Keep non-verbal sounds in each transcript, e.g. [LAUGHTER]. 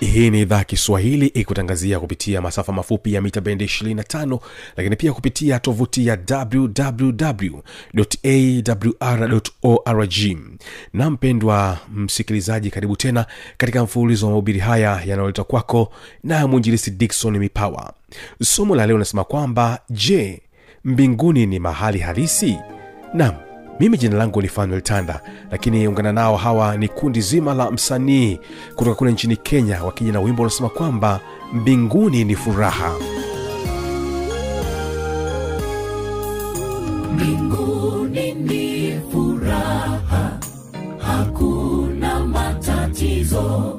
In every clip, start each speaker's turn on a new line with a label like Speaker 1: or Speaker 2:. Speaker 1: hii ni idhaa kiswahili ikutangazia kupitia masafa mafupi ya mita bendi 25 lakini pia kupitia tovuti ya wwwawr.org na mpendwa msikilizaji karibu tena katika mfululizo wa mahubiri haya yanayoletwa kwako na mwinjilisi dikson mipawa somo la leo linasema kwamba je mbinguni ni mahali halisi nam mimi jina langu ni fanuel tanda lakini ungana nao hawa ni kundi zima la msanii kutoka kule nchini kenya wakija na wimbo unasema kwamba mbinguni ni furaha
Speaker 2: mbinguni ni furaha hakuna matatizo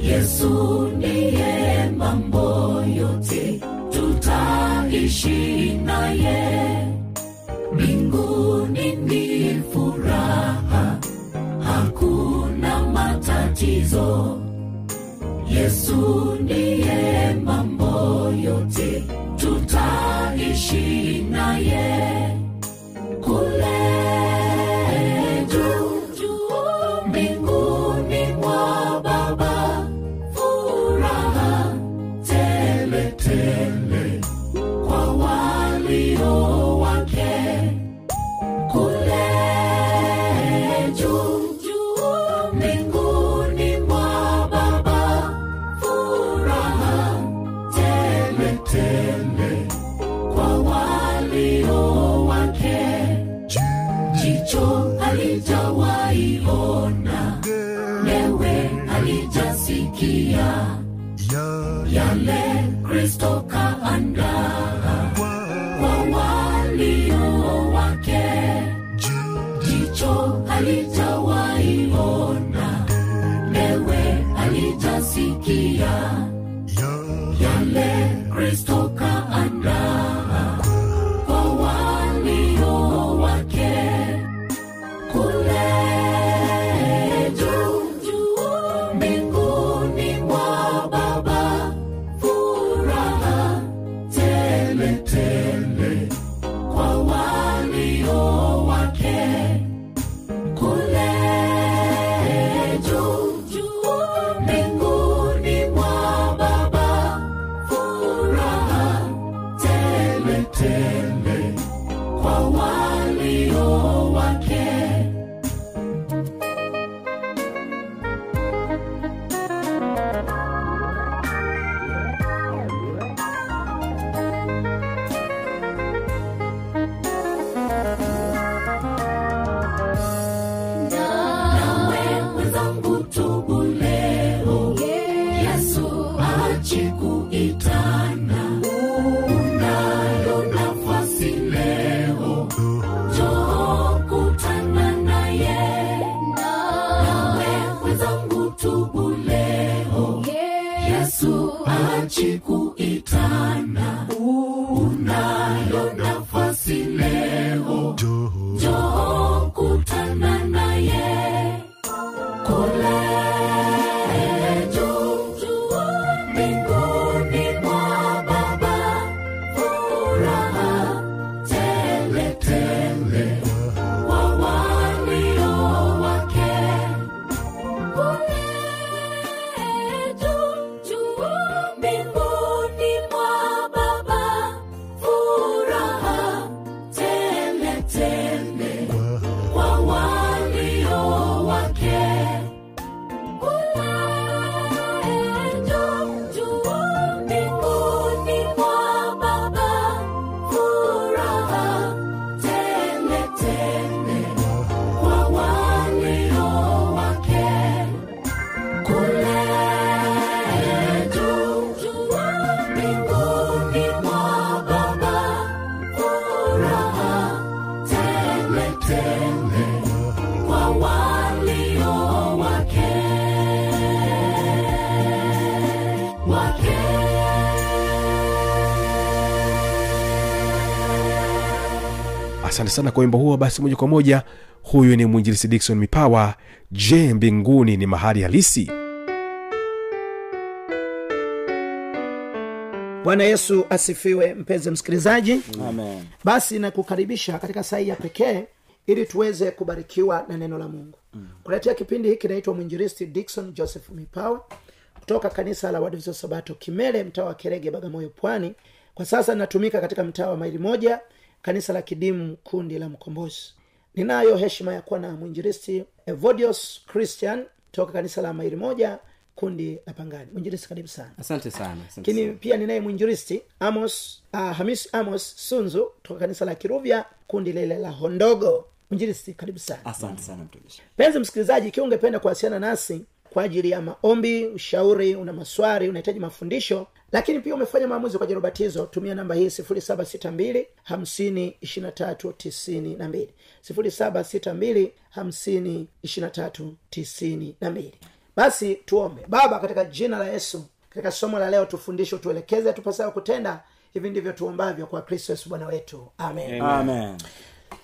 Speaker 2: yesu ndiye mambo yote tutaishi naye mbinguni ni furaha hakuna matatizo yesu ndiye mambo yote tutaishi naye kule juu juu mbinguni mwa baba furaha tele tele kwa walio wake kule juu juu mbinguni mwa baba furaha tele tele kwa walio wake jicho halijawaiona lewe halijasikia yale kristo kaandaa kwa walio wake jicho halijawaiona lewe halijasikia yale kristo kaandaa kwa walio wake kule juu juu mbinguni mwa baba furaha tele tele kwa walio wake kule juu juu mbinguni mwa baba furaha tele kwa walio wake wake
Speaker 1: asante sana kwa wimbo huo basi moja kwa moja huyu ni mwinjilisi dikson mipawa je mbinguni ni mahali halisi
Speaker 3: bwana yesu asifiwe mpenzi msikilizaji
Speaker 4: Amen.
Speaker 3: basi nakukaribisha katika saa hii ya pekee ili tuweze kubarikiwa na neno la mungu mm. kuletea kipindi hiki naitwa mwinjiristi dikson joseph mipawa kutoka kanisa la wadvizo sabato kimele mtaa wa kerege bagamoyo pwani kwa sasa natumika katika mtaa wa maili moja kanisa la kidimu kundi la mkombozi ninayo heshima ya kuwa na mwinjiristi evodios christian toka kanisa la maili moja kundi la pangani mwinjiristi karibu sana
Speaker 4: asante sana asante
Speaker 3: lakini pia ninaye mwinjuristi amos uh, hamis amos sunzu toka kanisa la kiruvya kundi lile la hondogo mwinjuristi karibu sana
Speaker 4: asante sana mtumishi
Speaker 3: mpenzi msikilizaji ikiwa ungependa kuwasiliana nasi kwa ajili ya maombi ushauri una maswari unahitaji mafundisho lakini pia umefanya maamuzi kwa ajili ya ubatizo tumia namba hii 762 52 762 52 basi tuombe baba katika jina la yesu katika somo la leo tufundishe utuelekeze tupasao kutenda hivi ndivyo tuombavyo kwa kristo yesu bwana wetu amen, amen
Speaker 4: Amen.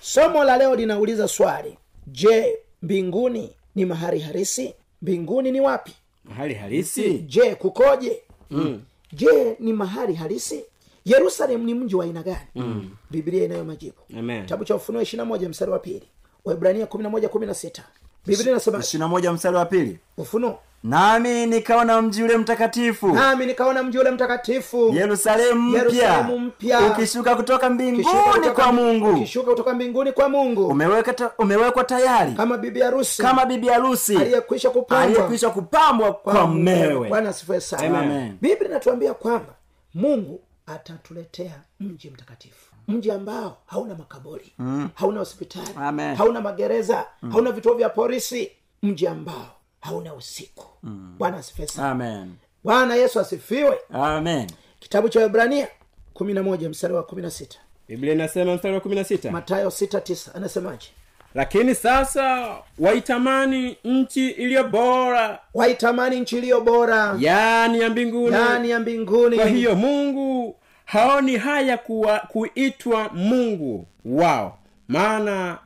Speaker 3: somo la leo linauliza swali je mbinguni ni mahali halisi mbinguni ni wapi
Speaker 4: mahali halisi
Speaker 3: je kukoje mm. je ni mahali halisi yerusalemu ni mji wa aina gani mm. biblia inayo majibu
Speaker 4: Amen.
Speaker 3: kitabu cha ufunuo ishirina moja mstari wa pili waibrania kumi na moja kumi na sita biblia inasema
Speaker 4: ishirina moja mstari wa pili
Speaker 3: ufunuo
Speaker 4: nami nikaona mji ule mtakatifu
Speaker 3: nami nikaona mji ule mtakatifu
Speaker 4: yerusalemu mpya
Speaker 3: Yerusalemu mpya.
Speaker 4: ukishuka kutoka
Speaker 3: Ukishuka
Speaker 4: mbinguni
Speaker 3: kutoka
Speaker 4: kwa
Speaker 3: mbi-
Speaker 4: mungu
Speaker 3: ukishuka kutoka mbinguni kwa mungu
Speaker 4: umeweka ta- umewekwa tayari
Speaker 3: kama bibi harusi
Speaker 4: kama bibi harusi
Speaker 3: aliyekwisha kupangwa
Speaker 4: aliyekwisha kupambwa kwa mmewe
Speaker 3: bwana asifue sana
Speaker 4: Amen.
Speaker 3: biblia inatuambia kwamba mungu atatuletea mji mtakatifu mji ambao hauna makaburi mm. hauna hospitali
Speaker 4: Amen.
Speaker 3: hauna magereza mm. hauna vituo vya polisi mji ambao hauna usiku mm. bwana asifue sana
Speaker 5: Ah.
Speaker 4: amen
Speaker 3: bwana yesu asifiwe
Speaker 4: amen
Speaker 3: kitabu cha ibrania kumi na moja mstari wa kumi na sita
Speaker 5: biblia inasema mstari wa kumi na sita
Speaker 3: matayo sita tisa anasemaje
Speaker 5: lakini sasa waitamani nchi iliyo bora
Speaker 3: waitamani nchi iliyo bora
Speaker 5: yaani ya mbinguni
Speaker 3: ndani ya mbinguni
Speaker 5: kwa hiyo mungu haoni haya kuwa, kuitwa mungu wao maana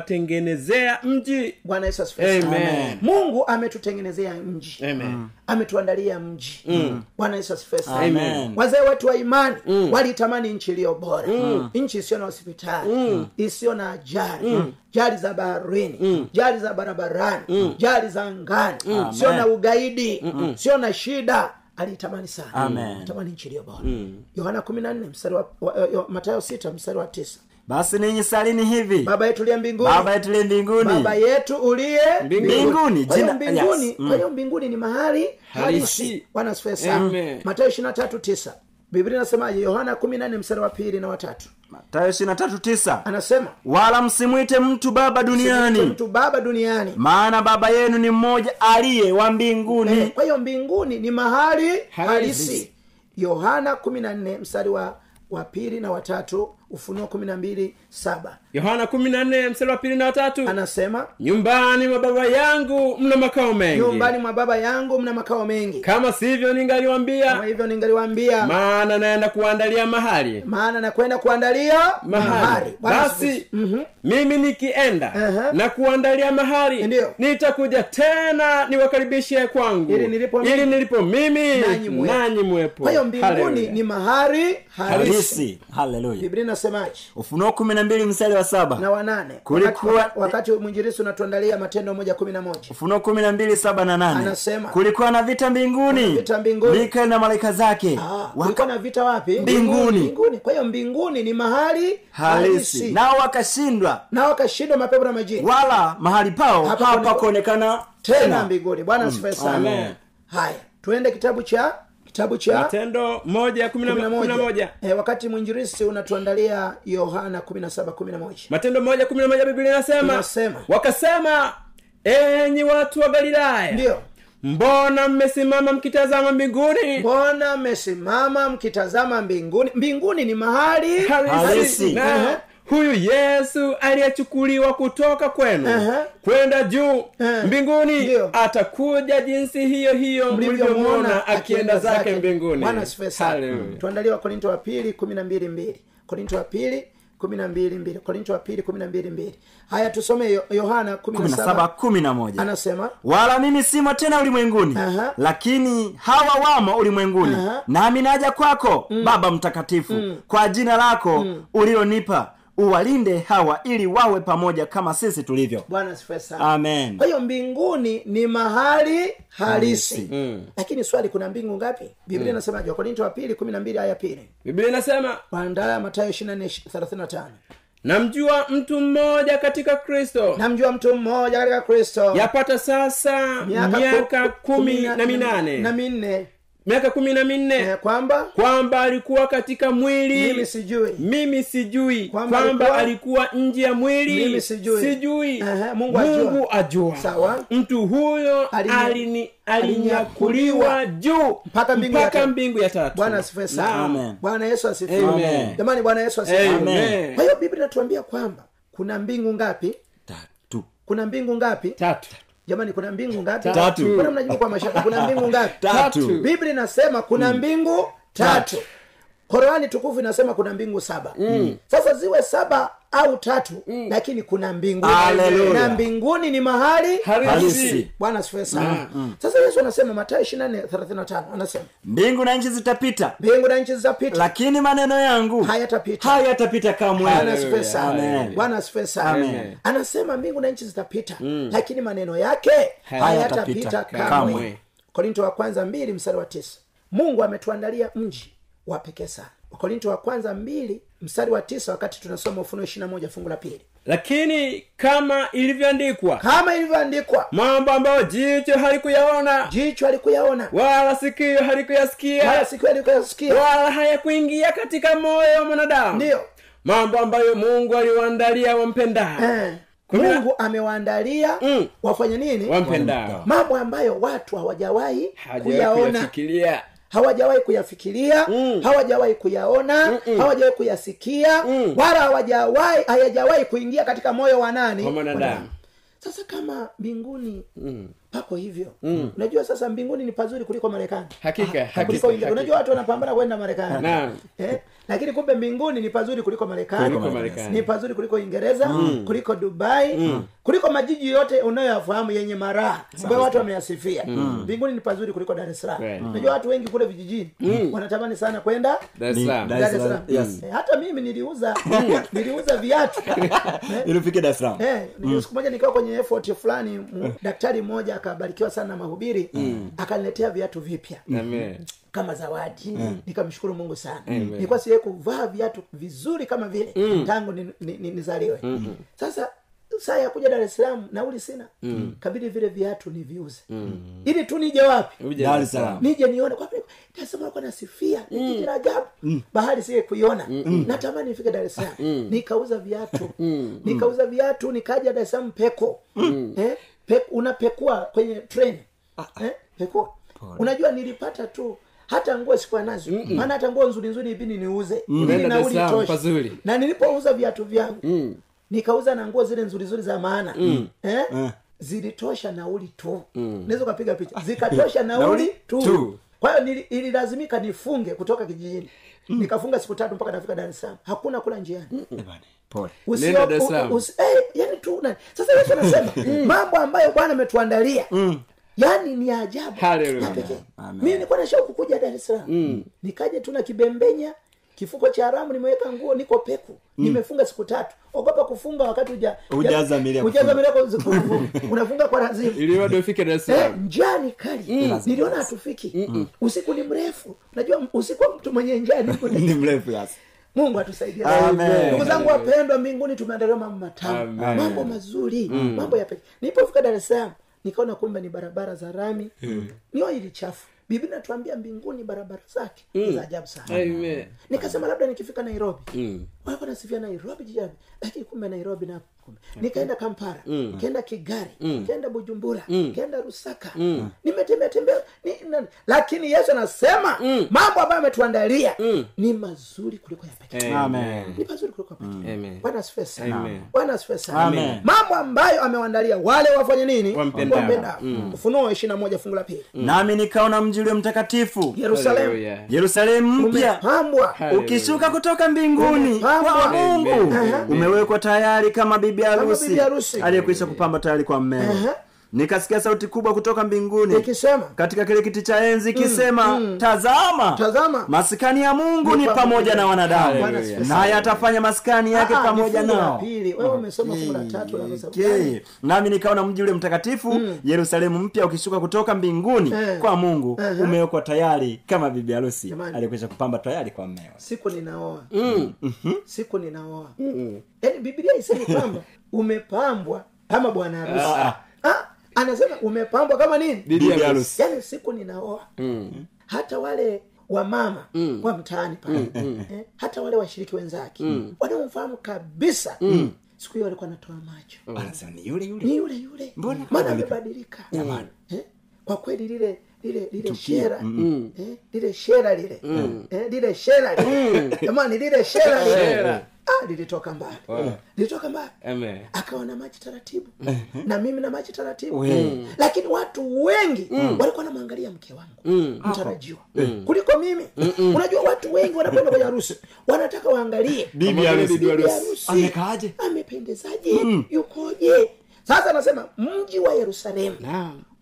Speaker 5: amewatengenezea mji
Speaker 3: bwana yesu asifiwe sana.
Speaker 5: Amen.
Speaker 3: mungu ametutengenezea mji
Speaker 4: Eh.
Speaker 5: Amen.
Speaker 3: ametuandalia mji bwana yesu asifiwe sana.
Speaker 4: Mm. Amen. Mm.
Speaker 3: wazee wetu wa imani walitamani nchi iliyo bora nchi isiyo na hospitali
Speaker 4: Mm.
Speaker 3: isiyo na ajali jali za baharini jali za barabarani
Speaker 4: Mm.
Speaker 3: jali za angani sio na ugaidi sio na shida alitamani sana
Speaker 4: Amen. Mm.
Speaker 3: alitamani nchi iliyo bora yohana kumi na nne mstari wa- wa- yo- matayo sita mstari wa tisa
Speaker 4: basi ninyi salini hivi
Speaker 3: baba yetu liye mbinguni
Speaker 4: baba yetu ile mbinguni
Speaker 3: baba yetu uliye
Speaker 4: Mbinguni,
Speaker 3: Kwa hiyo
Speaker 4: jina-
Speaker 3: mbinguni
Speaker 4: yes, mm.
Speaker 3: kwa hiyo mbinguni ni mahali halisi
Speaker 5: Halisi.
Speaker 3: bwana asifiwe sana
Speaker 5: Amen.
Speaker 3: matayo ishiri na tatu tisa biblia inasemaje yohana kumi na nne mstari wa pili na watatu
Speaker 4: matayo ishirina tatu tisa
Speaker 3: anasema
Speaker 4: wala msimwite mtu baba
Speaker 3: "Mtu-
Speaker 4: duniani
Speaker 3: mtu baba duniani
Speaker 4: maana baba yenu ni mmoja aliye wa
Speaker 3: Eh,
Speaker 4: mbinguni
Speaker 3: kwa hiyo mbinguni ni mahali
Speaker 5: Halisi.
Speaker 3: halisi yohana kumi na nne mstari wa wa pili na watatu ufunuo kumi na mbili saba
Speaker 5: yohana kumi na nne mstari wa pili na watatu
Speaker 3: anasema
Speaker 5: nyumbani mwa baba yangu mna makao mengi
Speaker 3: nyumbani mwa baba yangu mna makao mengi
Speaker 5: kama sivyo ningaliwambia
Speaker 3: kama hivyo ningaliwaambia
Speaker 5: maana naenda kuandalia mahali
Speaker 3: maana nakwenda kuandalia
Speaker 5: mahali
Speaker 3: Bwana
Speaker 5: basi
Speaker 3: asifiwe. Mhm.
Speaker 5: mimi nikienda
Speaker 3: Aha.
Speaker 5: na kuandalia mahali
Speaker 3: Ndiyo.
Speaker 5: nitakuja tena niwakaribishe kwangu
Speaker 3: Ili nilipo mimi-
Speaker 5: Ili nilipo mimi
Speaker 3: Nanyi muwepo.
Speaker 5: nanyi mwepo
Speaker 3: kwa hiyo mbinguni
Speaker 5: Haleluya.
Speaker 3: ni mahali halisi
Speaker 4: halisi haleluya
Speaker 3: biblia inasemaje
Speaker 4: ufunuo kumi na mbili mstari wa
Speaker 3: na
Speaker 4: saba
Speaker 3: wanane
Speaker 4: Kulikuwa-
Speaker 3: wakati, wakati mwinjirisi unatuandalia matendo moja kumi na moja
Speaker 4: ufunuo kumi na mbili saba na nane
Speaker 3: Anasema,
Speaker 4: kulikuwa na vita mbinguni
Speaker 3: vita mbinguni.
Speaker 4: mikaeli na malaika zake
Speaker 3: Ah,
Speaker 4: waka
Speaker 3: kulikuwa na vita wapi
Speaker 4: Mbinguni.
Speaker 3: mbinguni kwa hiyo mbinguni ni mahali
Speaker 4: halisi nao wakashindwa
Speaker 3: na wakashindwa mapepo na majini
Speaker 4: wala mahali pao
Speaker 3: Hapa
Speaker 4: hapa
Speaker 3: kone-
Speaker 4: kuonekana
Speaker 3: tena
Speaker 4: tena
Speaker 3: mbinguni bwana asifiwe
Speaker 5: Mm. Amen.
Speaker 3: sana haya tuende kitabu cha kitabu cha
Speaker 5: matendo moja ya kumi na-
Speaker 3: kumi na
Speaker 5: kumi na
Speaker 3: moja
Speaker 5: moja
Speaker 3: Eh, wakati mwinjirisi unatuandalia yohana kumi na saba kumi na moja
Speaker 5: matendo moja kumi na moja biblia inasema
Speaker 3: Inasema.
Speaker 5: wakasema enyi watu wa galilaya
Speaker 3: ndiyo
Speaker 5: mbona mmesimama mkitazama mbinguni
Speaker 3: mbona mmesimama mkitazama mbinguni mbinguni ni mahali
Speaker 5: halisi
Speaker 4: Halisi.
Speaker 5: na
Speaker 3: Aha.
Speaker 5: huyu yesu aliyechukuliwa kutoka kwenu
Speaker 3: Aha.
Speaker 5: kwenda juu
Speaker 3: Eh.
Speaker 5: mbinguni
Speaker 3: Ndiyo.
Speaker 5: atakuja jinsi hiyo hiyo mlivyomwona akienda zake mbinguni
Speaker 3: bwana asifiwe sana
Speaker 5: Hallelujah.
Speaker 3: tuandalie wakorinto wa pili kumi na mbili mbili korinto wa pili kumi na mbili mbili korinto wa pili kumi na mbili mbili haya tusome Yo- yohana kumi na
Speaker 4: 17,
Speaker 3: saba
Speaker 4: 11.
Speaker 3: anasema
Speaker 4: wala mimi simo tena ulimwenguni
Speaker 3: Aha.
Speaker 4: lakini hawa wamo ulimwenguni
Speaker 3: Aha. Mm.
Speaker 4: nami naja kwako baba mtakatifu kwa jina lako ulilonipa uwalinde hawa ili wawe pamoja kama sisi tulivyo
Speaker 3: bwana asifiwe sana
Speaker 4: amen
Speaker 3: kwa hiyo mbinguni ni mahali halisi
Speaker 4: Halisi.
Speaker 3: lakini swali kuna mbingu ngapi biblia inasema mm. wakorinto wa pili kumi na mbili aya pili
Speaker 5: biblia inasema
Speaker 3: waandaya matayo ishirina nne thelathini na tano
Speaker 5: namjua mtu mmoja katika kristo
Speaker 3: namjua mtu mmoja katika kristo
Speaker 5: yapata sasa miaka,
Speaker 3: ku-
Speaker 5: kumi na minane Eh.
Speaker 3: na minne
Speaker 5: miaka kumi na minne
Speaker 3: Eh, kwamba
Speaker 5: kwamba alikuwa katika mwili
Speaker 3: mimi sijui
Speaker 5: mimi sijui
Speaker 3: Kwamba
Speaker 5: kwamba,
Speaker 3: alikuwa-
Speaker 5: alikuwa nje ya mwili
Speaker 3: Mimi sijui.
Speaker 5: sijui.
Speaker 3: Ehe, Mungu
Speaker 5: mungu
Speaker 3: ajua.
Speaker 5: ajua,
Speaker 3: Sawa.
Speaker 5: mtu huyo
Speaker 3: Aliny-
Speaker 5: alini-
Speaker 3: alinyakuliwa
Speaker 5: alinyakuliwa juu
Speaker 3: Mpaka mbingu ya tatu.
Speaker 5: mbingu ya tatu
Speaker 3: bwana asifiwe sana
Speaker 4: Amen.
Speaker 3: bwana yesu asifiwe
Speaker 5: Amen.
Speaker 3: jamani bwana yesu asifiwe
Speaker 5: Amen.
Speaker 3: kwa hiyo biblia inatuambia kwamba kuna mbingu ngapi
Speaker 4: tatu
Speaker 3: kuna mbingu ngapi
Speaker 5: tatu
Speaker 3: jamani kuna mbingu ngapi
Speaker 4: Tatu.
Speaker 3: Mbona mnajibu kwa mashaka kuna mbingu ngapi
Speaker 4: Tatu.
Speaker 3: biblia inasema kuna mbingu tatu
Speaker 4: Mm. Tatu. Mm.
Speaker 3: korani tukufu inasema kuna mbingu saba sasa ziwe saba au tatu lakini kuna mbinguni
Speaker 4: Hallelujah.
Speaker 3: na mbinguni ni mahali
Speaker 4: Halisi.
Speaker 3: bwana asifiwe
Speaker 4: Mm,
Speaker 3: sana sasa yesu anasema matayo ishirina nne thelathini na tano anasema
Speaker 4: mbingu na nchi zitapita
Speaker 3: mbingu na nchi zitapita
Speaker 4: lakini maneno yangu
Speaker 3: hayatapita
Speaker 4: hayatapita kamwe
Speaker 3: bwana asifiwe sana
Speaker 4: Amen.
Speaker 3: bwana asifiwe sana
Speaker 4: Amen.
Speaker 3: anasema mbingu na nchi zitapita lakini maneno yake
Speaker 4: Hayatapita
Speaker 3: hayatapita kamwe
Speaker 4: kamwe.
Speaker 3: korinto wa kwanza mbili mstari wa tisa mungu ametuandalia mji wa pekee sana korinto wa kwanza mbili mstari wa tisa wakati tunasoma ufunuo ishirina moja fungu la pili
Speaker 5: lakini kama ilivyoandikwa
Speaker 3: kama ilivyoandikwa
Speaker 5: mambo ambayo jicho halikuyaona
Speaker 3: jicho alikuyaona
Speaker 5: wala sikio halikuyasikia
Speaker 3: wala siku alikuyasikia
Speaker 5: wala hayakuingia katika moyo wa mwanadamu
Speaker 3: ndiyo
Speaker 5: mambo ambayo mungu aliwaandalia wampendao
Speaker 3: Eh,
Speaker 5: Kumi na-
Speaker 3: mungu amewaandalia
Speaker 5: Mm.
Speaker 3: wafanya nini
Speaker 5: wampendao
Speaker 3: mambo ambayo watu hawajawahi
Speaker 5: hajawahi
Speaker 3: kuyaona
Speaker 5: kuyafikiria
Speaker 3: hawajawahi kuyafikiria
Speaker 5: Mm.
Speaker 3: hawajawahi kuyaona hawajawahi kuyasikia
Speaker 5: Mm.
Speaker 3: wala hawajawahi hayajawahi kuingia katika moyo wa nani
Speaker 5: kwa mwanadamu
Speaker 3: sasa kama mbinguni
Speaker 5: Mm.
Speaker 3: pako hivyo unajua sasa mbinguni ni pazuri kuliko marekani Ah,
Speaker 5: hakika
Speaker 3: kuliko
Speaker 5: hakika,
Speaker 3: India. unajua
Speaker 5: hakika.
Speaker 3: watu wanapambana kwenda marekani
Speaker 5: Naam.
Speaker 3: eh? lakini kumbe mbinguni ni pazuri kuliko marekani
Speaker 5: Kuliko Marekani. Mm.
Speaker 3: ni pazuri kuliko uingereza kuliko dubai kuliko majiji yote unayoyafahamu yenye maraha ambayo watu wameyasifia
Speaker 5: Mm.
Speaker 3: mbinguni ni pazuri kuliko dar es salaam
Speaker 5: Kweli.
Speaker 3: unajua watu wengi kule vijijini wanatamani sana kwenda
Speaker 5: Mm. Dar es
Speaker 4: Ni-
Speaker 5: Salaam. Mm.
Speaker 4: Dar-
Speaker 3: Dar es
Speaker 4: es
Speaker 3: Salaam.
Speaker 4: Salaam, yes.
Speaker 3: Eh, hata mimi niliuza [LAUGHS] niliuza viatu
Speaker 5: [LAUGHS]
Speaker 3: Eh,
Speaker 4: ilifike dar es salaam
Speaker 3: Eh, mm. siku moja nikiwa kwenye effort fulani mm. daktari mmoja akabarikiwa sana na mahubiri mm. akaniletea viatu vipya
Speaker 5: Mm. Amen.
Speaker 3: kama zawadi nikamshukuru mungu sana nilikuwa siwai kuvaa viatu vizuri kama vile tangu ni- ni- ni- nizaliwe sasa saa ya kuja dar es salaam nauli sina kabidi vile viatu niviuze ili tu nije wapi
Speaker 5: Uje
Speaker 4: Dar
Speaker 5: Dar
Speaker 4: es
Speaker 5: es
Speaker 4: Salaam.
Speaker 3: nije nione kwa vile tasema alikuwa nasifia ni jiji la ajabu bahari siye kuiona Mm. natamani nifike dar es Salaam nikauza viatu nikauza viatu nikaja dar es Salaam peko eh, pe, unapekua kwenye treni eh, pekua unajua nilipata tu hata nguo sikuwa nazo maana hata nguo nzuri nzuri ibini niuze ili
Speaker 5: Unaenda Dar es
Speaker 3: nauli
Speaker 5: Salaam,
Speaker 3: itoshe.
Speaker 5: pazuri.
Speaker 3: Mm.
Speaker 5: Mm.
Speaker 3: na nilipouza viatu vyangu nikauza na nguo zile nzuri nzuri za maana eh? zilitosha nauli tu mm. naweza ukapiga picha
Speaker 5: [LAUGHS]
Speaker 3: zikatosha nauli
Speaker 4: Nauli
Speaker 3: tu,
Speaker 4: tu.
Speaker 3: kwa hiyo nili- ililazimika nifunge kutoka kijijini
Speaker 5: Mm.
Speaker 3: nikafunga siku tatu mpaka nafika dar es salaam hakuna kula njiani
Speaker 4: Eh, bwana, pole
Speaker 3: Usio-
Speaker 5: Nenda Dar es Salaam. Mm.
Speaker 3: u- usi- eh, yani tu na- sasa yesu
Speaker 5: [LAUGHS]
Speaker 3: anasema mambo ambayo bwana ametuandalia yaani ni ya ajabu
Speaker 5: Hallelujah. Mm.
Speaker 3: ya pekee
Speaker 4: Amen.
Speaker 3: mimi nilikuwa na shauku kuja dar es salaam nikaja tu na kibembenya kifuko cha haramu nimeweka nguo niko peku
Speaker 5: Mm.
Speaker 3: nimefunga siku tatu ogopa kufunga wakati uja
Speaker 4: Hujaza mila ya
Speaker 3: hujaza
Speaker 4: kufunga.
Speaker 3: mila ya
Speaker 5: [LAUGHS]
Speaker 3: kufunga. unafunga kwa lazima
Speaker 5: ili Mm. watu wafike Dar es
Speaker 3: Eh,
Speaker 5: Salaam.
Speaker 3: njaa ni kali niliona hatufiki usiku ni mrefu najua usiku wa mtu mwenye njaa ni
Speaker 5: [LAUGHS]
Speaker 4: ni
Speaker 3: mrefu.
Speaker 4: mrefu sasa
Speaker 3: mungu atusaidia
Speaker 4: Amen.
Speaker 3: ndugu zangu wapendwa mbinguni tumeandaliwa mambo matamu
Speaker 5: Amen.
Speaker 3: mambo mazuri
Speaker 4: Mm.
Speaker 3: mambo ya pekee nilipofika dar es salaam nikaona kumbe ni barabara za rami
Speaker 4: Mm.
Speaker 3: nio ili chafu bibi
Speaker 4: Mm.
Speaker 3: natuambia mbinguni barabara zake ni za ajabu sana
Speaker 5: Amen. Mm.
Speaker 3: nikasema labda nikifika nairobi wewe nasifia nairobi jijani lakini kumbe nairobi na kumbe
Speaker 5: Mm.
Speaker 3: nikaenda kampala nikaenda kigari nikaenda bujumbura
Speaker 5: Mm.
Speaker 3: nikaenda rusaka nimetembea tembea ni, na, lakini yesu anasema
Speaker 5: Mm.
Speaker 3: mambo ambayo ametuandalia ni mazuri kuliko ya pekee
Speaker 4: amen
Speaker 3: ni pazuri kuliko ya pekee
Speaker 5: Amen.
Speaker 3: bwana asifiwe sana.
Speaker 5: Eh. Mm. Amen.
Speaker 3: bwana asifiwe sana.
Speaker 4: Amen.
Speaker 3: mambo ambayo amewandalia wale wafanye nini
Speaker 5: Wampendao. Mm.
Speaker 3: ufunuo ishiri na moja fungu la pili
Speaker 4: nami nikaona mji ulio mtakatifu
Speaker 3: yerusalemu
Speaker 5: Hallelujah.
Speaker 4: yerusalemu mpya
Speaker 3: umepambwa
Speaker 4: ukishuka kutoka mbinguni kwa
Speaker 3: Umepambwa.
Speaker 4: mungu
Speaker 3: Aha.
Speaker 4: umewekwa tayari kama bibi
Speaker 3: bibi
Speaker 4: harusi
Speaker 3: harusi.
Speaker 4: aliyekwisha kupamba tayari kwa mmeo
Speaker 3: Aha.
Speaker 4: nikasikia sauti kubwa kutoka mbinguni
Speaker 3: ikisema
Speaker 4: katika kile kiti cha enzi ikisema tazama
Speaker 3: Mm, Tazama.
Speaker 4: maskani ya mungu ni pamoja na wanadamu
Speaker 3: Bwana asifiwe
Speaker 4: naye atafanya maskani yake
Speaker 3: Ah, ah,
Speaker 4: pamoja
Speaker 3: ni fungu la
Speaker 4: nao Mm.
Speaker 3: pili. wewe umesoma fungu la tatu la Yaani, Misa-
Speaker 4: Okay. nami nikaona mji ule mtakatifu yerusalemu mpya ukishuka kutoka mbinguni
Speaker 3: Eh.
Speaker 4: kwa mungu umewekwa tayari kama bibi harusi
Speaker 3: Jamani.
Speaker 4: aliyekwisha kupamba tayari kwa mmeo
Speaker 3: siku ninaoa
Speaker 4: Mm. Mhm.
Speaker 3: siku ninaoa yaani bibilia isemi
Speaker 4: [LAUGHS]
Speaker 3: kwamba umepambwa kama bwana harusi Ah, anasema umepambwa kama nini
Speaker 4: bibi harusi Mm.
Speaker 3: yaani siku ninaoa hata wale wamama wa mtaani
Speaker 4: Mm,
Speaker 3: pale eh, hata wale washiriki wenzake wanaomfahamu kabisa
Speaker 4: Mm.
Speaker 3: siku hiyo walikuwa anatoa macho
Speaker 4: anasema Ah, ni yule yule
Speaker 3: Hmm. ni yule yule maana amebadilika eh? kwa kweli lile lile lile shera eh? lile shera lile eh? lile shera lile jamani lile shera lile
Speaker 5: Shera. Eh,
Speaker 3: ah, lilitoka mbali lilitoka mbali
Speaker 5: Amen.
Speaker 3: akawa na maji taratibu na mimi na maji taratibu lakini watu wengi
Speaker 4: Mm.
Speaker 3: walikuwa namwangalia mke wangu mtarajiwa kuliko mimi
Speaker 4: Mm,
Speaker 3: unajua watu wengi wanakwenda kwenye harusi wanataka waangalie
Speaker 4: bibi harusi
Speaker 3: Bibi harusi.
Speaker 4: amekaaje? Mm.
Speaker 3: amependezaje yukoje sasa anasema mji wa yerusalemu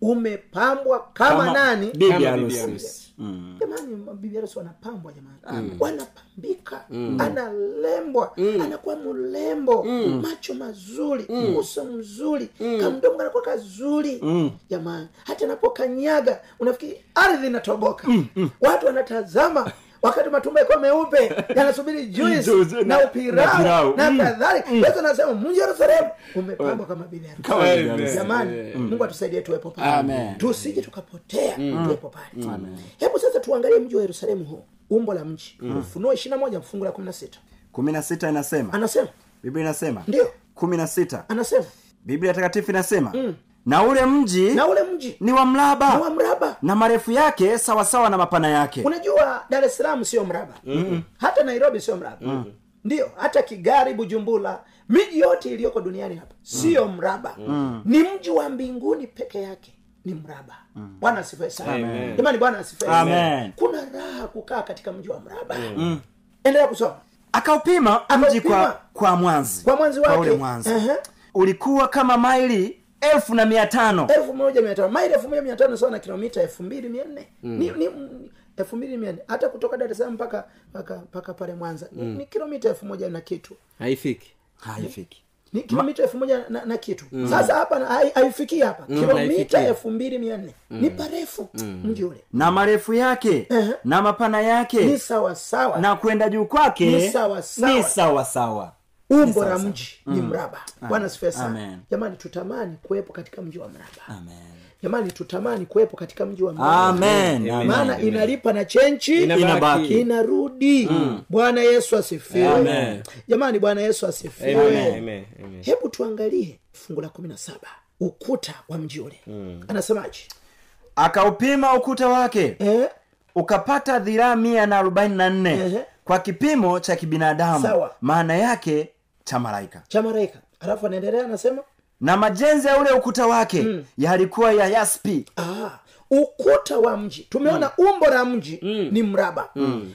Speaker 3: umepambwa kama,
Speaker 4: Kama
Speaker 3: nani
Speaker 4: bibi
Speaker 5: Kama
Speaker 4: harusi.
Speaker 5: bibi harusi.
Speaker 4: Mm.
Speaker 3: jamani bibi harusi wanapambwa
Speaker 4: Ah,
Speaker 3: jamani wanapambika
Speaker 4: Mm.
Speaker 3: analembwa anakuwa mrembo macho mazuri
Speaker 4: Mm.
Speaker 3: uso mzuri kamdomo kanakuwa kazuri jamani hata anapokanyaga unafikiri ardhi inatoboka
Speaker 4: Mm,
Speaker 3: watu wanatazama wakati matumba yakiwa meupe
Speaker 4: [LAUGHS]
Speaker 3: yanasubiri
Speaker 4: Juice
Speaker 3: juice
Speaker 4: na-
Speaker 3: na
Speaker 4: na
Speaker 3: upirao
Speaker 4: pilau.
Speaker 3: na
Speaker 4: Mm.
Speaker 3: kadhalika yesu anasema mji wa yerusalemu umepambwa kama bibi harusi
Speaker 4: Kama bibi
Speaker 5: Amen.
Speaker 4: harusi.
Speaker 3: jamani mungu atusaidie tuwepo pale
Speaker 4: Amen.
Speaker 3: tusije tukapotea tuwepo pale hebu sasa tuangalie mji wa yerusalemu huu umbo la mji ufunuo ishirina moja mfungu la kumi na sita
Speaker 4: kumi na sita inasema
Speaker 3: anasema
Speaker 4: biblia inasema
Speaker 3: Ndio.
Speaker 4: kumi na sita
Speaker 3: anasema
Speaker 4: biblia takatifu inasema na ule mji
Speaker 3: Hmm. na ule mji
Speaker 4: ni wa
Speaker 3: ni wa
Speaker 4: mraba
Speaker 3: mraba
Speaker 4: na marefu yake sawasawa na mapana yake
Speaker 3: unajua dar es salaam sio mraba hata nairobi sio mraba ndiyo hata kigari bujumbura miji yote iliyoko duniani hapa sio mraba ni mji wa mbinguni peke yake ni mraba bwana asifiwe sana
Speaker 5: Amen.
Speaker 3: jamani bwana asifiwe
Speaker 4: Amen.
Speaker 3: kuna raha kukaa katika mji wa mraba endelea kusoma
Speaker 4: akaupima mji kwa,
Speaker 3: Akaupima.
Speaker 4: kwa mwanzi
Speaker 3: Kwa mwanzi wake.
Speaker 4: ule mwanzi
Speaker 3: Ehe.
Speaker 4: ulikuwa kama maili elfu na mia tano
Speaker 3: elfu moja mia tano maili elfu moja mia tano sawa na kilomita elfu mbili mia nne Ni- ni- mm, elfu mbili mia nne hata kutoka dar es salaam mpaka mpaka mpaka pale mwanza ni, ni kilomita elfu moja na kitu
Speaker 5: haifiki
Speaker 4: haifiki
Speaker 3: ni kilomita elfu moja na, na kitu
Speaker 4: Mm.
Speaker 3: sasa hapa na- hai- haifikii hapa kilomita
Speaker 5: haifikii.
Speaker 3: elfu mbili mia nne
Speaker 4: Mm.
Speaker 3: ni parefu mji ule
Speaker 4: na marefu yake
Speaker 3: Ehe.
Speaker 4: na mapana
Speaker 3: ni
Speaker 4: yake
Speaker 3: sawasawa
Speaker 4: Eh. na kwenda juu kwake
Speaker 3: Ni sawasawa.
Speaker 4: ni sawasawa.
Speaker 3: umbo la
Speaker 4: sawasawa.
Speaker 3: mji ni mraba bwana sifa sana
Speaker 4: Mm. Amen.
Speaker 3: jamani tutamani kuwepo katika mji wa mraba
Speaker 4: Amen.
Speaker 3: jamani tutamani kuwepo katika mji wa mraba
Speaker 4: Amen.
Speaker 3: maana
Speaker 4: Amen.
Speaker 3: inalipa na chenchi
Speaker 4: Inabaki. Mm.
Speaker 3: inarudi bwana yesu asifiwe
Speaker 5: Amen.
Speaker 3: jamani bwana yesu
Speaker 5: Amen.
Speaker 3: asifiwe
Speaker 5: Amen. Amen.
Speaker 3: hebu tuangalie fungu la kumi na saba ukuta wa mji ule
Speaker 4: Mm.
Speaker 3: anasemaje
Speaker 4: akaupima ukuta wake
Speaker 3: eh?
Speaker 4: ukapata dhiraa mia na arobaini na
Speaker 3: Ehe.
Speaker 4: nne kwa kipimo cha kibinadamu
Speaker 3: Sawa.
Speaker 4: maana yake cha malaika
Speaker 3: cha malaika alafu anaendelea anasema
Speaker 4: na majenzi ya ule ukuta wake
Speaker 3: Mm.
Speaker 4: yalikuwa ya yaspi
Speaker 3: ah, ukuta wa mji tumeona
Speaker 4: Mm.
Speaker 3: umbo la mji ni mraba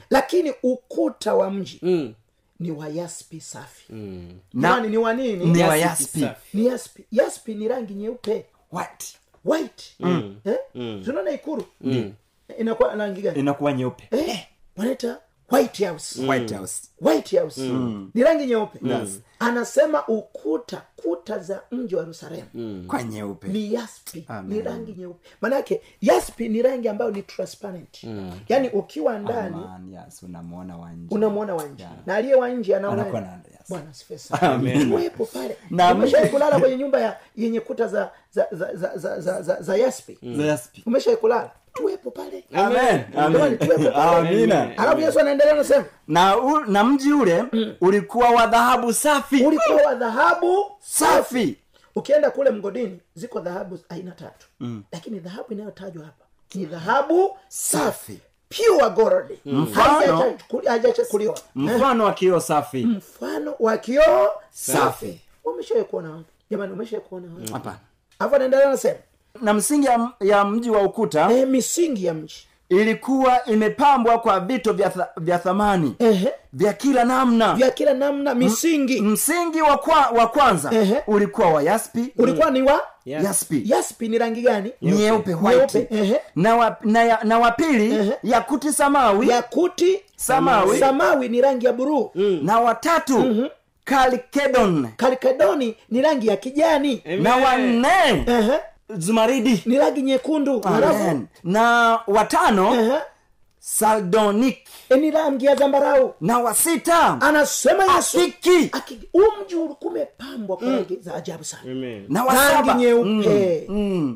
Speaker 3: lakini ukuta wa mji
Speaker 4: Mm.
Speaker 3: ni wa yaspi safi Jamani, ni wa nini
Speaker 4: ni wa
Speaker 5: Yaspi
Speaker 4: yaspi
Speaker 5: safi.
Speaker 3: ni yaspi yaspi ni rangi nyeupe
Speaker 4: What?
Speaker 3: white
Speaker 4: Mm.
Speaker 3: eh? tunaona ikuru inakuwa rangi gani
Speaker 4: inakuwa nyeupe
Speaker 3: eh, wanaita white house
Speaker 4: White House.
Speaker 3: white house
Speaker 4: Mm.
Speaker 3: ni rangi nyeupe anasema ukuta kuta za mji wa yerusalemu
Speaker 4: kwa nyeupe
Speaker 3: ni yaspi ni rangi nyeupe maanake yaspi ni rangi ambayo ni transparent
Speaker 4: Mm.
Speaker 3: yaani ukiwa ndani
Speaker 4: Man, yes, unamwona wa nje.
Speaker 3: unamwona wa nje na aliye wa nje anaona
Speaker 4: Anakuwa na- yes.
Speaker 3: bwana sifesawepo pale
Speaker 4: Na-
Speaker 3: umeshai kulala kwenye nyumba ya yenye kuta za za za za za, za, za, za yaspi
Speaker 4: The yaspi.
Speaker 3: umeshai kulala tuwepo pale
Speaker 4: Mm. Amen.
Speaker 3: Jamani,
Speaker 4: Amen.
Speaker 3: tuwepo pale.
Speaker 4: Amina.
Speaker 3: alafu yesu anaendelea nasema
Speaker 4: na, u, na mji ule ulikuwa wa dhahabu safi
Speaker 3: ulikuwa wa dhahabu
Speaker 4: safi
Speaker 3: ukienda kule mgodini ziko dhahabu aina tatu mm. lakini dhahabu inayotajwa hapa ni dhahabu safi pure gold
Speaker 4: Mm. Mfano-
Speaker 3: Haijachaku- haijachakuliwa
Speaker 4: mfano wa kioo safi
Speaker 3: Mm. mfano wa kioo
Speaker 4: Safi. Mm.
Speaker 3: umeshawai kuona wapi jamani umeshawai kuona wapi
Speaker 4: hapana
Speaker 3: alafu anaendelea anasema
Speaker 4: na msingi ya, ya mji wa ukuta
Speaker 3: e, misingi ya mji
Speaker 4: ilikuwa imepambwa kwa vito vya, tha, vya thamani
Speaker 3: Ehe.
Speaker 4: vya kila namna
Speaker 3: vya kila
Speaker 4: Mm.
Speaker 3: namna misingi
Speaker 4: msingi wa, kwa, wa kwanza
Speaker 3: Ehe.
Speaker 4: ulikuwa wa yaspi
Speaker 3: ulikuwa ni wa
Speaker 4: Yes. yaspi
Speaker 3: yaspi ni rangi gani
Speaker 4: nyeupe white
Speaker 3: Nyeupe, ehe.
Speaker 4: na wa, na, ya, na wa pili
Speaker 3: Ehe.
Speaker 4: yakuti samawi
Speaker 3: yakuti
Speaker 4: Mm. Samawi. Mm.
Speaker 3: samawi ni rangi ya buruu
Speaker 4: na watatu
Speaker 3: Mhm.
Speaker 4: kalkedon
Speaker 3: kalkedoni ni rangi ya kijani
Speaker 4: na wanne
Speaker 3: Ehe.
Speaker 4: zumaridi
Speaker 3: ni rangi nyekundu alafu Eh.
Speaker 4: Amen. na watano
Speaker 3: ehe,
Speaker 4: sardonik
Speaker 3: e, ni rangi ya zambarau
Speaker 4: na wasita
Speaker 3: anasema yesu
Speaker 4: Akiki.
Speaker 3: Akiki. Huu mji ulikuwa umepambwa
Speaker 4: Mm.
Speaker 3: kwa rangi za ajabu sana
Speaker 4: na
Speaker 3: rangi
Speaker 4: wasaba Mm.
Speaker 3: nyeupe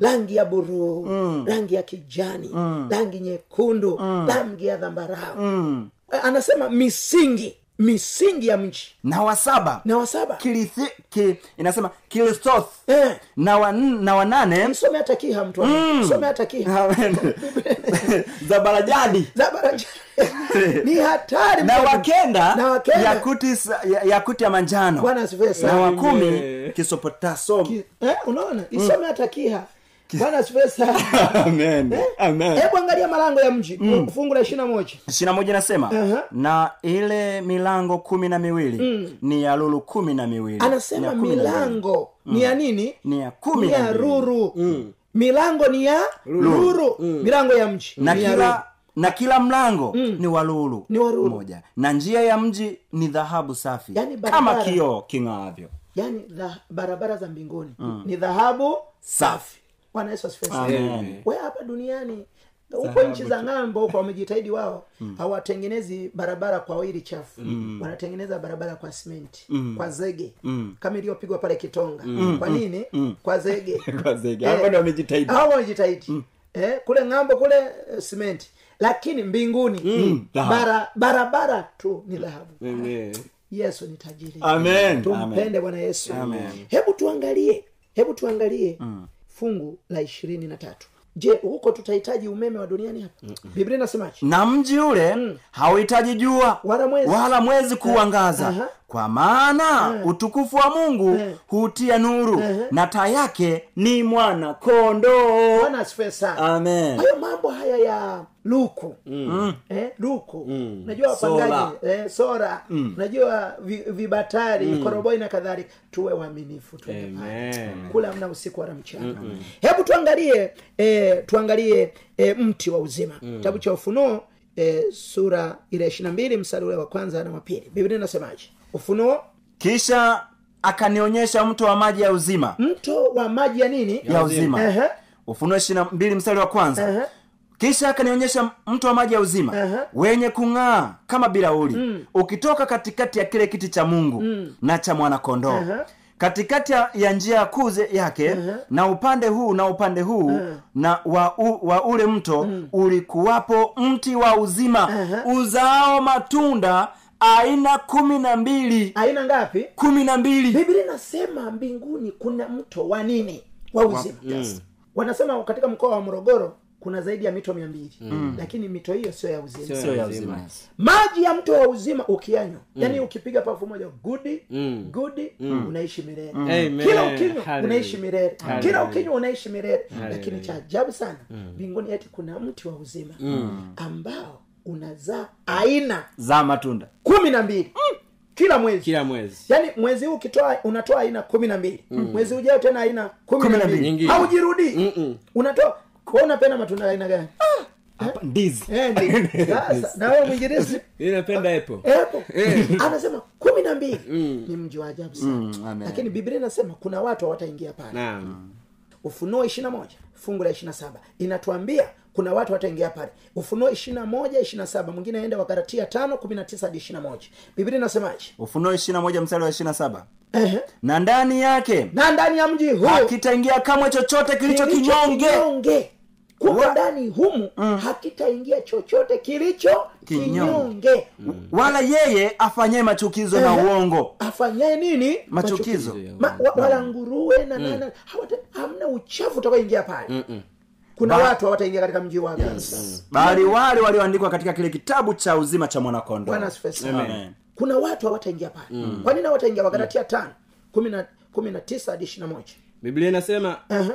Speaker 3: rangi ya buruu rangi ya kijani
Speaker 4: Mm.
Speaker 3: rangi nyekundu rangi ya dhambarau
Speaker 4: Mm.
Speaker 3: E, anasema misingi misingi ya mji
Speaker 4: na wasaba
Speaker 3: na wasaba
Speaker 4: Kilithi, ki, inasema kirithoth
Speaker 3: Eh.
Speaker 4: na, wa, na wanane [LAUGHS]
Speaker 3: msome hata kiha mtu mm. msome hata kiha
Speaker 4: Amen. za barajadi [LAUGHS]
Speaker 3: zabaraja ni hatari
Speaker 4: na
Speaker 3: mtu.
Speaker 4: wakenda
Speaker 3: Na wakenda.
Speaker 4: yakuti, sa- ya- yakuti ya manjano
Speaker 3: bwana asifiwe
Speaker 4: na
Speaker 3: sana
Speaker 4: wakumi kisopotasom
Speaker 3: Ki- eh, unaona
Speaker 4: Mm.
Speaker 3: isome hata kiha bwana asifiwe sana
Speaker 4: [LAUGHS]
Speaker 3: Eh? hebu angalia malango ya mji
Speaker 4: Mm.
Speaker 3: fungu la ishiri na moja
Speaker 4: ishirina moja inasema
Speaker 3: Uh-huh.
Speaker 4: na ile milango kumi na miwili ni ya lulu kumi na miwili
Speaker 3: Mm.
Speaker 4: Ni
Speaker 3: anasema
Speaker 4: ya kumi na miwili.
Speaker 3: milango ni ya nini
Speaker 4: ni ya kumi
Speaker 3: ni
Speaker 4: na Mm.
Speaker 3: ya
Speaker 4: miwili.
Speaker 3: ruru milango ni ya ruru milango ya mji
Speaker 4: Mm. na
Speaker 3: Ni ya ruru.
Speaker 4: kila na kila mlango ni walulu
Speaker 3: Ni wa lulu.
Speaker 4: moja na njia ya mji ni dhahabu safi
Speaker 3: Yaani
Speaker 4: kama
Speaker 3: barabara.
Speaker 4: kioo king'aavyo
Speaker 3: yaani dha, barabara za mbinguni
Speaker 4: Mm.
Speaker 3: ni dhahabu safi bwana yesu asifiwe sana.
Speaker 4: Amen.
Speaker 3: we hapa duniani huko nchi za ng'ambo huko wamejitahidi wao
Speaker 4: Mm.
Speaker 3: hawatengenezi barabara kwa wili chafu wanatengeneza barabara kwa simenti
Speaker 4: Mm.
Speaker 3: kwa zege kama iliyopigwa pale kitonga kwa nini [LAUGHS]
Speaker 4: Mm.
Speaker 3: kwa zege
Speaker 4: [LAUGHS]
Speaker 3: Eh, hao wamejitahidi
Speaker 4: Mm.
Speaker 3: eh, kule ng'ambo kule eh, simenti lakini mbinguni
Speaker 4: Mm,
Speaker 3: mm,
Speaker 4: dhahabu.
Speaker 3: bara, barabara tu ni dhahabu yesu ni tajiri
Speaker 4: Amen.
Speaker 3: tumpende bwana yesu hebu tuangalie hebu tuangalie
Speaker 4: Mm.
Speaker 3: fungu la ishirini na tatu je huko tutahitaji umeme wa duniani hapa biblia inasemaje
Speaker 4: na mji ule hauhitaji jua
Speaker 3: Mm. Wala mwezi. Eh.
Speaker 4: wala mwezi kuangaza
Speaker 3: Aha.
Speaker 4: kwa maana utukufu wa mungu
Speaker 3: Eh.
Speaker 4: hutia nuru na taa yake ni mwana kondoo
Speaker 3: bwana asifiwe sana
Speaker 4: amen
Speaker 3: hayo mambo haya ya luku mm. eh, luku mm. najua wapangaji eh, sora mm. najua vi, vibatari mm. koroboi na kadhalika tuwe waaminifu tuende pale. kula mna usiku wala mchana mm hebu tuangalie eh, tuangalie eh, mti wa uzima mm. kitabu cha ufunuo eh, sura ile ishiri na mbili mstari ule wa kwanza na wa pili biblia inasemaje ufunuo
Speaker 4: kisha akanionyesha mto wa maji ya uzima
Speaker 3: mto wa maji ya nini
Speaker 4: ya uzima
Speaker 3: Ehe.
Speaker 4: ufunuo ishiri na mbili mstari wa kwanza
Speaker 3: Ehe.
Speaker 4: kisha akanionyesha mto wa maji ya uzima
Speaker 3: Aha.
Speaker 4: wenye kung'aa kama bilauri
Speaker 3: Mm.
Speaker 4: ukitoka katikati ya kile kiti cha mungu na cha mwanakondoo
Speaker 3: Aha.
Speaker 4: katikati ya, ya njia kuu ze- yake na upande huu na upande huu na wa, u, wa ule mto
Speaker 3: Mm.
Speaker 4: ulikuwapo mti wa uzima uzao matunda aina kumi na mbili
Speaker 3: aina ngapi
Speaker 4: kumi na mbili
Speaker 3: biblia inasema mbinguni kuna mto wa nini wa uzima yes. wanasema katika mkoa wa morogoro kuna zaidi ya mito mia mbili mm. lakini mito hiyo sio ya uzima
Speaker 4: Sio ya uzima.
Speaker 3: maji ya mto wa uzima ukianywa yani ukipiga pafu moja gudi gudi unaishi milele
Speaker 5: Amen.
Speaker 3: kila ukinywa
Speaker 5: Mm. Hallelujah.
Speaker 3: unaishi milele kila
Speaker 5: Hallelujah.
Speaker 3: ukinywa unaishi milele lakini cha ajabu sana mbinguni eti kuna mti wa uzima ambao unazaa aina
Speaker 4: za matunda
Speaker 3: kumi na mbili kila mwezi
Speaker 5: kila mwezi
Speaker 3: yaani mwezi huu ukitoa unatoa aina kumi na mbili mwezi ujao tena aina Mm. kumi
Speaker 4: Kumi
Speaker 3: na
Speaker 4: na
Speaker 3: mbili
Speaker 4: mbili.
Speaker 3: haujirudii unatoa kwa unapenda matunda ya aina [LAUGHS] gani
Speaker 4: Hapa, ndizi
Speaker 3: Eh, ndi- Sasa, na wewe mwingerezi
Speaker 5: Mimi napenda apple
Speaker 3: epo anasema kumi na mbili ni mji wa ajabu sana
Speaker 4: Mm, amen.
Speaker 3: lakini biblia inasema kuna watu hawataingia pale
Speaker 5: naam
Speaker 3: ufunuo ishirina moja fungu la ishirina saba inatuambia kuna watu wataingia pale ufunuo ishirina moja ishirina saba mwingine aende wakaratia tano kumi na tisa hadi ishirina moja biblia inasemaje
Speaker 4: ufunuo ishirina moja mstari wa ishirina saba
Speaker 3: Ehe.
Speaker 4: na ndani yake
Speaker 3: na ndani ya mji huu
Speaker 4: hakitaingia kamwe chochote kilicho kinyonge
Speaker 3: kinyonge kuko
Speaker 4: Wa- Mm.
Speaker 3: ndani humu hakitaingia chochote kilicho
Speaker 4: Kinyonge. Mm.
Speaker 3: kinyonge
Speaker 4: wala yeye afanyaye machukizo na
Speaker 3: Eh.
Speaker 4: uongo
Speaker 3: afanyaye nini
Speaker 4: machukizo Mm.
Speaker 3: Ma, wa, wala nguruwe na nana hawata, hamna uchafu utakaoingia pale kuna
Speaker 4: Ba- Mm.
Speaker 3: watu hawataingia katika mji wa kanisa
Speaker 4: bali wale walioandikwa katika kile kitabu cha uzima cha mwanakondo
Speaker 3: bwana asifiwe sana. kuna watu hawataingia pale
Speaker 4: Mm.
Speaker 3: kwa nini hawataingia wagalatia tano kumi na- kumi na tisa hadi ishiri na moja
Speaker 5: biblia inasema
Speaker 3: Aha.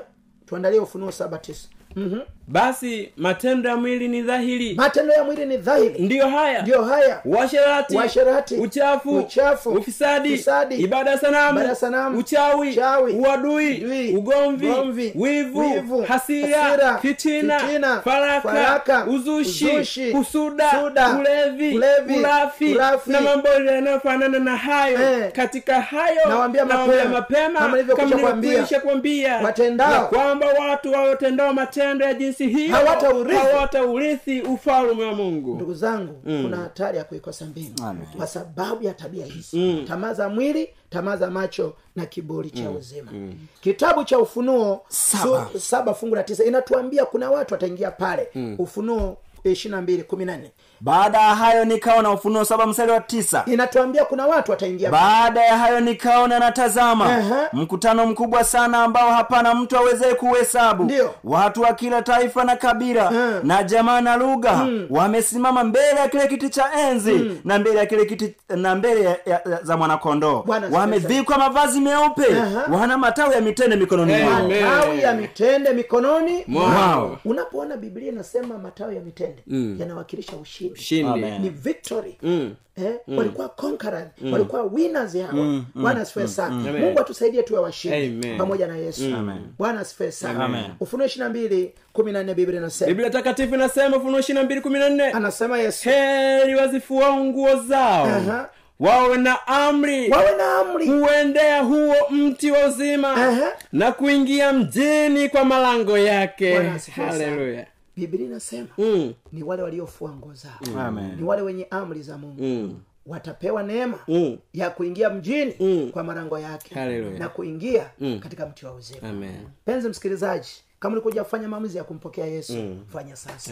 Speaker 3: tuandalie ufunuo saba tisa Mhm.
Speaker 5: basi matendo ya mwili ni dhahiri
Speaker 3: matendo ya mwili ni dhahiri
Speaker 5: ndiyo haya
Speaker 3: ndiyo haya
Speaker 5: uasherati
Speaker 3: Uasherati,
Speaker 5: uchafu
Speaker 3: uchafu,
Speaker 5: ufisadi,
Speaker 3: ufisadi,
Speaker 5: ibada ya sanamu,
Speaker 3: ibada ya sanamu,
Speaker 5: uchawi,
Speaker 3: uchawi,
Speaker 5: uadui
Speaker 3: uadui,
Speaker 5: ugomvi,
Speaker 3: ugomvi,
Speaker 5: wivu,
Speaker 3: wivu,
Speaker 5: hasira,
Speaker 3: hasira,
Speaker 5: fitina,
Speaker 3: fitina,
Speaker 5: faraka,
Speaker 3: faraka,
Speaker 5: uzushi,
Speaker 3: uzushi,
Speaker 5: kusuda,
Speaker 3: kusuda,
Speaker 5: ulevi,
Speaker 3: ulevi,
Speaker 5: urafi,
Speaker 3: urafi,
Speaker 5: na mambo yanayofanana na hayo
Speaker 3: Eh.
Speaker 5: katika hayo
Speaker 3: Nawaambia
Speaker 5: nawaambia
Speaker 3: mapema, kama
Speaker 5: mapema
Speaker 3: nilivyokwisha
Speaker 5: kama
Speaker 3: kuambia,
Speaker 5: nilivyokwisha kuambia
Speaker 3: watendao,
Speaker 5: ya kwamba watu wawatendao matendo ya jinsi hiyo
Speaker 3: Hawataurithi.
Speaker 5: hawataurithi ufalme wa mungu
Speaker 3: ndugu zangu kuna hatari ya kuikosa mbingu
Speaker 4: Mm. Amen. Mm.
Speaker 3: kwa sababu ya tabia hizi tamaa za mwili tamaa za macho na kiburi cha uzima kitabu cha ufunuo
Speaker 4: Mm. Saba.
Speaker 3: su- saba fungu la tisa inatuambia kuna watu wataingia pale
Speaker 4: Mm.
Speaker 3: ufunuo ishiri na mbili kumi na nne
Speaker 4: baada ya hayo nikaona ufunuo saba mstari wa tisa
Speaker 3: inatuambia kuna watu wataingia pale.
Speaker 4: baada ya hayo nikaona natazama
Speaker 3: Aha.
Speaker 4: mkutano mkubwa sana ambao hapana mtu awezee kuhesabu
Speaker 3: Ndiyo.
Speaker 4: watu wa kila taifa na kabila na jamaa na lugha wamesimama mbele ya kile kiti cha enzi na mbele ya kile kiti na mbele ya, ya, ya, za mwanakondoo
Speaker 3: Bwana asifiwe
Speaker 4: wamevikwa mavazi meupe
Speaker 3: Aha.
Speaker 4: wana matawi ya mitende mikononi
Speaker 5: Amen.
Speaker 4: mwao
Speaker 3: matawi ya mitende mikononi
Speaker 4: Mwao. Mm.
Speaker 3: unapoona biblia inasema matawi ya mitende yanawakilisha ushindi
Speaker 5: ushindi
Speaker 4: Amen.
Speaker 3: ni victory
Speaker 5: Mm.
Speaker 3: Eh, walikuwa conquerors walikuwa winners hawa
Speaker 5: mm,
Speaker 3: bwana asifiwe sana mungu atusaidie tuwe washindi
Speaker 5: Amen. Mm.
Speaker 3: pamoja na yesu bwana asifiwe sana ufunuo ishiri na mbili kumi na nne biblia inasema
Speaker 5: biblia takatifu inasema ufunuo ishiri na mbili kumi na nne
Speaker 3: anasema yesu
Speaker 5: heri wazifuao nguo zao
Speaker 3: Aha.
Speaker 5: wawe na amri
Speaker 3: wawe na
Speaker 5: Mm.
Speaker 3: amri
Speaker 5: kuendea huo mti wa uzima
Speaker 3: Aha.
Speaker 5: na kuingia mjini kwa malango yake
Speaker 3: Bwana asifiwe sana.
Speaker 5: haleluya
Speaker 3: biblia inasema
Speaker 5: Mm,
Speaker 3: ni wale waliofua nguo zao
Speaker 4: Amen.
Speaker 3: ni wale wenye amri za mungu
Speaker 5: mm.
Speaker 3: watapewa neema
Speaker 5: Mm.
Speaker 3: ya kuingia mjini
Speaker 5: Mm.
Speaker 3: kwa marango yake
Speaker 5: Hallelujah. Mm.
Speaker 3: na kuingia katika mti wa uzima
Speaker 5: Amen.
Speaker 3: mpenzi msikilizaji kama ulikuja kufanya maamuzi ya kumpokea yesu fanya sasa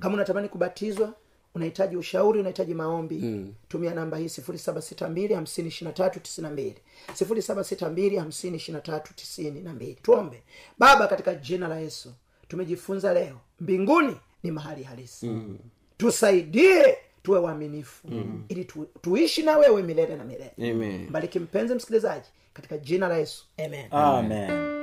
Speaker 3: kama unatamani kubatizwa unahitaji ushauri unahitaji maombi tumia namba hii 76252 76252 tuombe baba katika jina la yesu tumejifunza leo mbinguni ni mahali halisi tusaidie tuwe waaminifu ili tu, tuishi na wewe milele na milele
Speaker 5: Amen.
Speaker 3: mbariki mpenzi msikilizaji katika jina la yesu amen
Speaker 4: amen